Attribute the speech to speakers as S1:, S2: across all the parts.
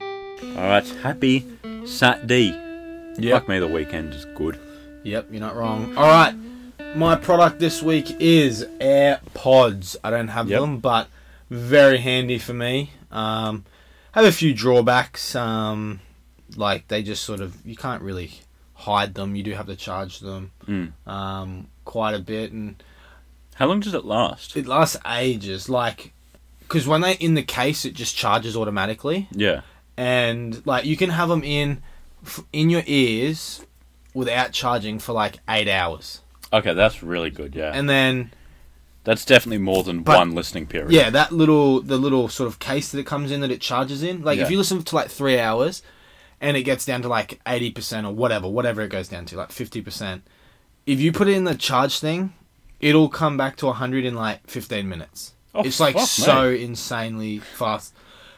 S1: All right, happy Saturday.
S2: Yep.
S1: Fuck me, the weekend is good.
S2: Yep, you're not wrong. All right, my product this week is AirPods. I don't have
S1: Yep.
S2: them, but very handy for me. Um, have a few drawbacks, um, like they just sort of you can't really hide them. You do have to charge them
S1: Mm.
S2: um, quite a bit, and
S1: How long does it last?
S2: it lasts ages. Like, because when they're in the case, it just charges automatically.
S1: yeah.
S2: and like you can have them in f- in your ears without charging for like eight hours
S1: Okay, that's really good. Yeah,
S2: and then
S1: that's definitely more than
S2: But-
S1: one listening period.
S2: yeah that little the little sort of case that it comes in that it charges in like
S1: Yeah.
S2: if you listen to like three hours and it gets down to like 80% or whatever whatever it goes down to like 50% if you put it in the charge thing it'll come back to 100 in like 15 minutes
S1: Oh,
S2: it's like
S1: fuck,
S2: so
S1: mate.
S2: insanely fast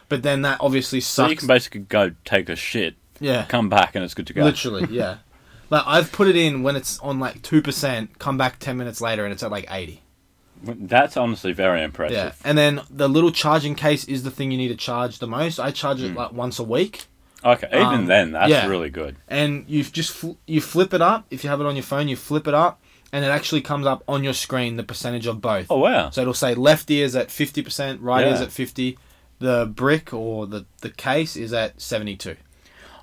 S2: but then that obviously
S1: So
S2: sucks
S1: you can basically go take a shit,
S2: yeah
S1: come back, and it's good to go.
S2: Literally, yeah. like I've put it in when it's on like two percent. Come back ten minutes later and it's at like eighty.
S1: That's honestly very impressive.
S2: Yeah, and then the little charging case is the thing you need to charge the most. I charge
S1: Mm.
S2: it like once a week,
S1: Okay, even
S2: Um,
S1: then, that's
S2: yeah.
S1: really good.
S2: and you just fl- you flip it up. If you have it on your phone, you flip it up, and it actually comes up on your screen the percentage of both.
S1: Oh wow.
S2: So it'll say left ear's at fifty percent, right ear's
S1: Yeah.
S2: at fifty. The brick or the the case is at seventy two.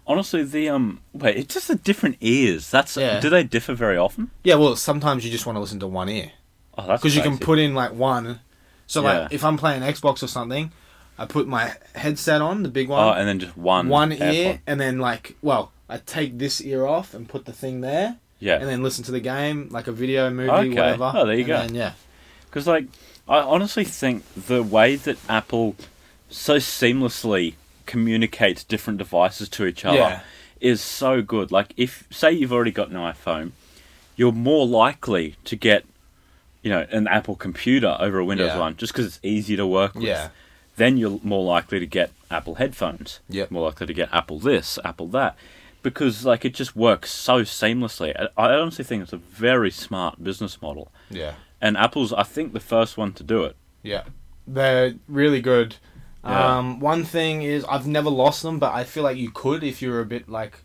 S1: honestly, the um, wait, it's just the different ears. That's
S2: Yeah.
S1: do they differ very often?
S2: Yeah, well, sometimes you just want to listen to one ear.
S1: Oh, that's
S2: because you can
S1: crazy.
S2: put in like one. So like
S1: Yeah.
S2: if I'm playing Xbox or something, I put my headset on the big
S1: Oh,
S2: one,
S1: and then just one
S2: one
S1: AirPod.
S2: ear, and then like well, I take this ear off and put the thing there,
S1: Yeah,
S2: and then listen to the game like a video, movie,
S1: Okay.
S2: whatever.
S1: Oh, there you
S2: and
S1: go.
S2: Then, yeah,
S1: Because, like, I honestly think the way that Apple so seamlessly communicates different devices to each other
S2: Yeah.
S1: is so good. Like, if, say, you've already got an iPhone, you're more likely to get, you know, an Apple computer over a Windows
S2: Yeah.
S1: one just because it's easy to work with.
S2: Yeah.
S1: Then you're more likely to get Apple headphones.
S2: Yep.
S1: More likely to get Apple this, Apple that. Because, like, it just works so seamlessly. I- I honestly think it's a very smart business model
S2: yeah,
S1: and Apple's I think the first one to do it.
S2: yeah. They're really good.
S1: Yeah.
S2: Um, one thing is I've never lost them, but I feel like you could if you're a bit like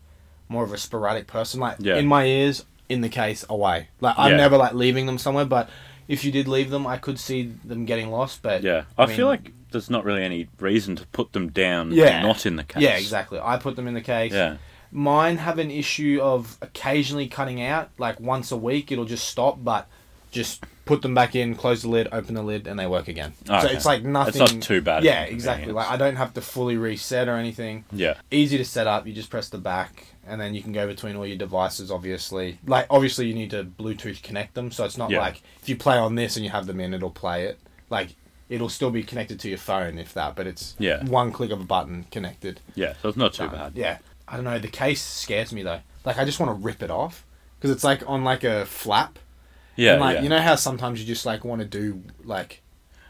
S2: more of a sporadic person. Like
S1: Yeah.
S2: in my ears, in the case, away. Like I'm
S1: Yeah.
S2: never like leaving them somewhere, but if you did leave them, I could see them getting lost. But
S1: Yeah, I,
S2: mean-
S1: feel like there's not really any reason to put them down.
S2: Yeah.
S1: not in the case.
S2: yeah, exactly. I put them in the case.
S1: Yeah,
S2: Mine have an issue of occasionally cutting out. Like once a week, it'll just stop, but just put them back in, close the lid, open the lid, and they work again. So
S1: Oh, Okay.
S2: it's like
S1: It's
S2: nothing.
S1: not too bad of
S2: Yeah,
S1: an
S2: exactly.
S1: inconvenience.
S2: Like I don't have to fully reset or anything.
S1: yeah,
S2: easy to set up. You just press the back, and then you can go between all your devices. Obviously, like obviously you need to Bluetooth connect them, so it's not
S1: Yeah.
S2: like if you play on this and you have them in, it'll play it. Like it'll still be connected to your phone if that, but it's
S1: Yeah.
S2: one click of a button connected.
S1: yeah. So it's not too
S2: Done.
S1: bad.
S2: Yeah, I don't know. The case scares me though. Like I just want to rip it off because it's like on like a flap.
S1: yeah,
S2: and, like
S1: yeah.
S2: you know how sometimes you just like want to do like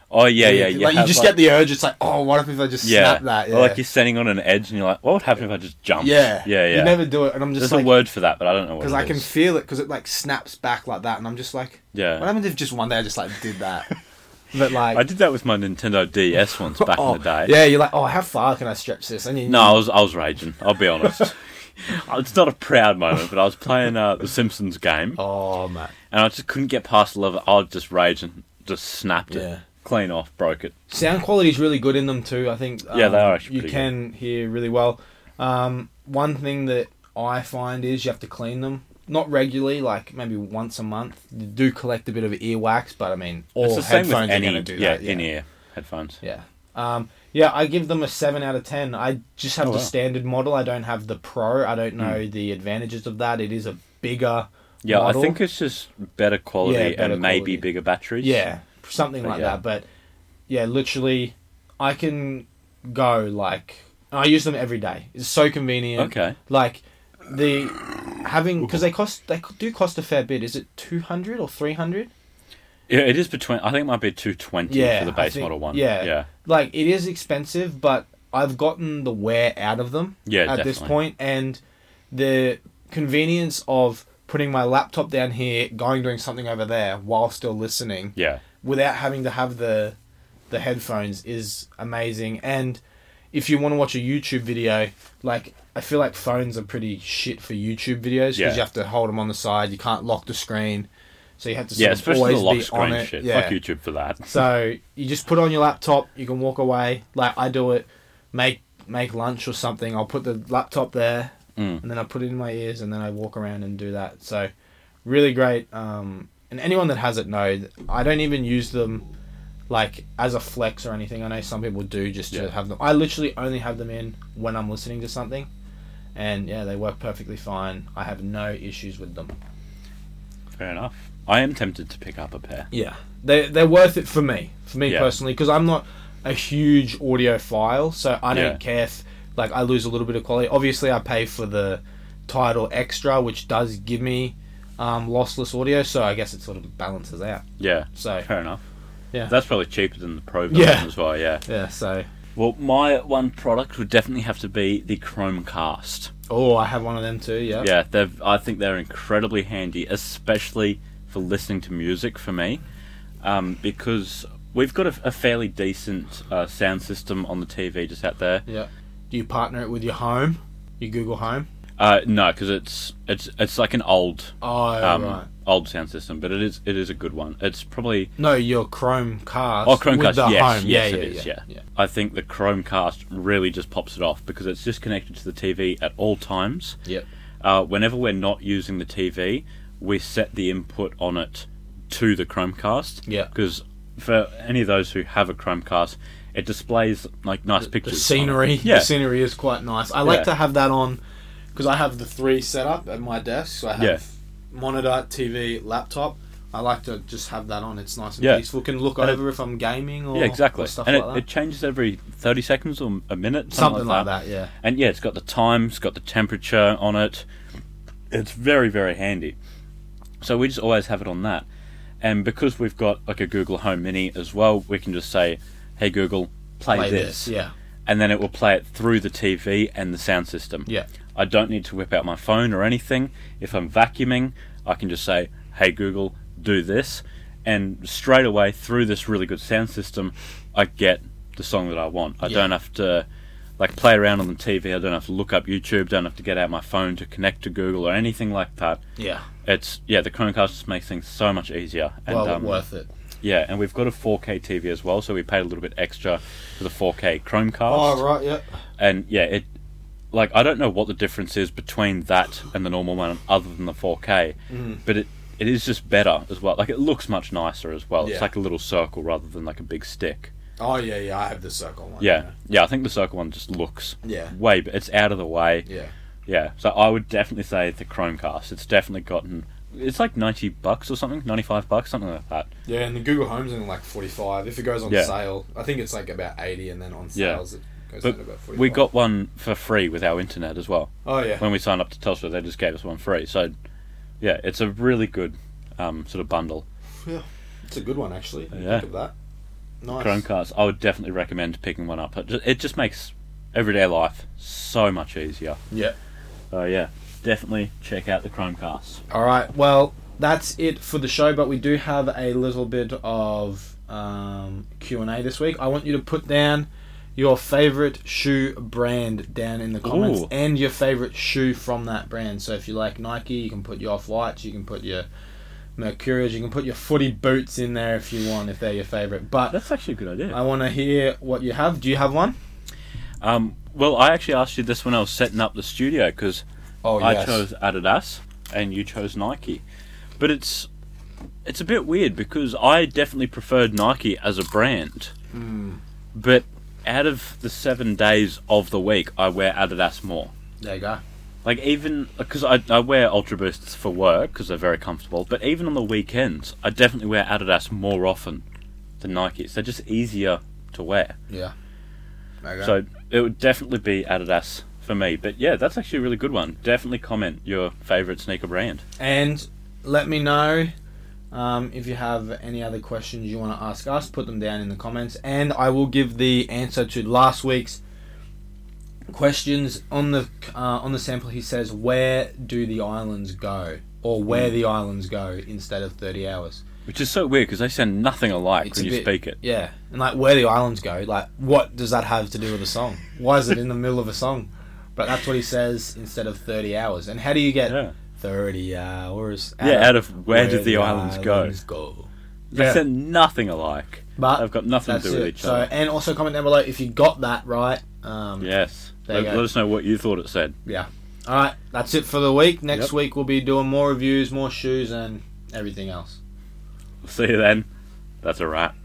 S1: oh yeah, yeah.
S2: like you
S1: have,
S2: just get the urge. It's like oh, what if I just
S1: yeah,
S2: snap that? Yeah.
S1: Or like you're standing on an edge and you're like, what would happen if I just jumped?
S2: yeah,
S1: yeah, yeah.
S2: You never do it, and I'm just
S1: There's
S2: like,
S1: a word for that, but I don't know what.
S2: because
S1: it
S2: I can
S1: is.
S2: feel it because it like snaps back like that, and I'm just like,
S1: Yeah.
S2: What happened if just one day I just like did that? but like,
S1: I did that with my Nintendo DS once back
S2: oh,
S1: in the day.
S2: Yeah, you're like, oh, how far can I stretch this? And you,
S1: No, I was I was raging. I'll be honest. it's not a proud moment, but I was playing uh, the Simpsons game.
S2: oh man,
S1: and I just couldn't get past the level. I was just rage and just snapped it
S2: Yeah.
S1: clean off, broke it.
S2: sound quality is really good in them too. I think. um,
S1: Yeah, they are actually
S2: You
S1: pretty
S2: can hear really well. Um, one thing that I find is you have to clean them. Not regularly, like maybe once a month. You do collect a bit of earwax, but I mean, all
S1: it's the same
S2: headphones
S1: with
S2: are
S1: any
S2: going to do
S1: yeah,
S2: that.
S1: in ear headphones.
S2: Yeah. Um, yeah, I give them a 7 out of 10. I just have
S1: Oh,
S2: the
S1: wow. Hmm.
S2: standard model. I don't have the pro. I don't know the advantages of that. It is a bigger
S1: Yeah, I
S2: model.
S1: think it's just better quality
S2: Yeah, better
S1: and maybe
S2: quality.
S1: bigger batteries.
S2: Yeah, something
S1: But
S2: like
S1: yeah.
S2: that. But yeah, literally, I can go like. I use them every day. It's so convenient.
S1: Okay.
S2: Like the having because they cost they do cost a fair bit. Is it two hundred or three hundred?
S1: Yeah, it is between. I think it might be two twenty for the
S2: I
S1: base
S2: think-
S1: model one.
S2: Yeah,
S1: yeah,
S2: Like it is expensive, but I've gotten the wear out of them.
S1: Yeah,
S2: At this
S1: definitely.
S2: point, and the convenience of putting my laptop down here, going doing something over there while still listening,
S1: yeah,
S2: without having to have the the headphones is amazing. And if you want to watch a YouTube video, like I feel like phones are pretty shit for YouTube videos because
S1: Yeah.
S2: you have to hold them on the side. You can't lock the screen, so you have to
S1: Yeah,
S2: sort of
S1: especially
S2: always
S1: the lock
S2: be on
S1: screen
S2: it.
S1: shit.
S2: Yeah.
S1: Fuck YouTube for that.
S2: So you just put it on your laptop. You can walk away. Like I do it. Make make lunch or something. I'll put the laptop there,
S1: Mm.
S2: and then I put it in my ears, and then I walk around and do that. So really great. Um, and anyone that has it know I don't even use them like as a flex or anything. I know some people do just to
S1: Yeah.
S2: have them. I literally only have them in when I'm listening to something. And yeah, they work perfectly fine. I have no issues with them.
S1: Fair enough. I am tempted to pick up a pair.
S2: Yeah, they they're worth it for me, for me
S1: Yeah.
S2: personally, because I'm not a huge audiophile, so I don't
S1: Yeah.
S2: care if like I lose a little bit of quality. Obviously, I pay for the title extra, which does give me um, lossless audio, so I guess it sort of balances out.
S1: Yeah.
S2: So
S1: Fair enough.
S2: Yeah.
S1: That's probably cheaper than the Pro version
S2: Yeah.
S1: as well, yeah.
S2: yeah, so
S1: Well, my one product would definitely have to be the Chromecast.
S2: oh, I have one of them too. Yeah,
S1: Yeah, they've. I think they're incredibly handy, especially for listening to music for me, um, because we've got a, a fairly decent uh, sound system on the TV just out there.
S2: yeah. Do you partner it with your home, your Google Home?
S1: Uh, no, because it's it's it's like an old
S2: Oh
S1: um,
S2: right.
S1: old sound system, but it is it is a good one. It's probably
S2: No, your Chromecast.
S1: Oh, Chromecast,
S2: With the
S1: yes,
S2: home.
S1: yes,
S2: yeah,
S1: it
S2: yeah,
S1: is,
S2: yeah,
S1: yeah. I think the Chromecast really just pops it off because it's just connected to the TV at all times.
S2: Yep.
S1: Uh, whenever we're not using the TV, we set the input on it to the Chromecast.
S2: Yeah.
S1: Because for any of those who have a Chromecast, it displays like nice pictures.
S2: the
S1: on it.
S2: scenery.
S1: Yeah.
S2: The scenery is quite nice. I like
S1: Yeah.
S2: to have that on because I have the three set up at my desk. So I have
S1: Yeah.
S2: monitor, TV, laptop. I like to just have that on. It's nice and
S1: Yeah.
S2: peaceful. Can look
S1: And it-
S2: over if I'm gaming or
S1: yeah, exactly.
S2: or stuff
S1: and
S2: like
S1: it,
S2: that.
S1: it changes every 30 seconds or a minute.
S2: Something like that. Yeah.
S1: And yeah, it's got the time, it's got the temperature on it. It's very, very handy. So we just always have it on that. And because we've got like a Google Home Mini as well, we can just say, hey Google, play,
S2: Play
S1: this.
S2: this. Yeah.
S1: And then it will play it through the TV and the sound system.
S2: Yeah.
S1: I don't need to whip out my phone or anything. If I'm vacuuming, I can just say, hey Google, do this. And straight away through this really good sound system, I get the song that I want. I
S2: Yeah.
S1: don't have to like play around on the TV. I don't have to look up YouTube. Don't have to get out my phone to connect to Google or anything like that.
S2: Yeah.
S1: It's yeah, the Chromecast just makes things so much easier. And,
S2: well
S1: um,
S2: worth it.
S1: Yeah, and we've got a 4K TV as well, so we paid a little bit extra for the 4K Chromecast.
S2: Oh right. Yep.
S1: And yeah, it like I don't know what the difference is between that and the normal one, other than the 4K,
S2: Mm.
S1: but it it is just better as well. Like it looks much nicer as well.
S2: Yeah.
S1: It's like a little circle rather than like a big stick.
S2: Oh yeah. Yeah. I have the circle one.
S1: Yeah, yeah. I think the circle one just looks
S2: Yeah.
S1: way, but it's out of the way.
S2: Yeah.
S1: Yeah, so I would definitely say the Chromecast. It's definitely gotten. It's like ninety bucks or something, ninety five bucks, something like that.
S2: Yeah, and the Google Home's in like forty five. If it goes on
S1: Yeah.
S2: sale, I think it's like about eighty, and then on
S1: Yeah.
S2: sales it goes
S1: But
S2: down to about forty five.
S1: We got one for free with our internet as well.
S2: oh yeah,
S1: When we signed up to Telstra, they just gave us one free. So, yeah, it's a really good um, sort of bundle.
S2: It's a good one, actually. You
S1: Yeah.
S2: Think of that. Nice.
S1: Chromecast, I would definitely recommend picking one up. It just, it just makes everyday life so much easier.
S2: Yeah.
S1: So yeah, definitely check out the Chromecast.
S2: All right. Well, that's it for the show, but we do have a little bit of um, Q and A this week. I want you to put down your favorite shoe brand down in the comments
S1: Ooh.
S2: and your favorite shoe from that brand. So if you like Nike, you can put your off whites, you can put your Mercurials, you can put your footy boots in there if you want, if they're your favorite. But
S1: That's actually a good idea.
S2: I want to hear what you have. Do you have one?
S1: Um, well, I actually asked you this when I was setting up the studio because
S2: Oh
S1: I chose Adidas and you chose Nike. But it's it's a bit weird because I definitely preferred Nike as a brand.
S2: Hmm.
S1: But out of the 7 days of the week, I wear Adidas more.
S2: There you go.
S1: Like even because I, I wear Ultra Boosts for work because they're very comfortable, but even on the weekends, I definitely wear Adidas more often than Nikes. They're just easier to wear.
S2: Yeah. There you go.
S1: So it would definitely be Adidas for me. But yeah, that's actually a really good one. Definitely comment your favorite sneaker brand.
S2: And let me know um, if you have any other questions you want to ask us. Put them down in the comments, and I will give the answer to last week's questions on the uh, on the sample. He says, "Where do the islands go?" or "Where the islands go?" instead of thirty hours.
S1: Which is so weird because they sound nothing alike
S2: It's
S1: when
S2: a
S1: you
S2: bit-
S1: speak it.
S2: Yeah, and like where the islands go, like what does that have to do with a song? Why is it in the middle of a song? But that's what he says instead of thirty hours. And how do you get
S1: Yeah.
S2: thirty hours?
S1: Yeah, out of where, did the islands,
S2: go? go?
S1: go? They
S2: Yeah.
S1: sound nothing alike.
S2: But
S1: They've got nothing to
S2: that's
S1: do with
S2: it.
S1: each
S2: So,
S1: other.
S2: and also comment down below if you got that right. Um,
S1: Yes.
S2: There you
S1: Let,
S2: go.
S1: let us know what you thought it said.
S2: yeah. All right, that's it for the week. Next
S1: Yep.
S2: week we'll be doing more reviews, more shoes, and everything else.
S1: See you then. That's a wrap.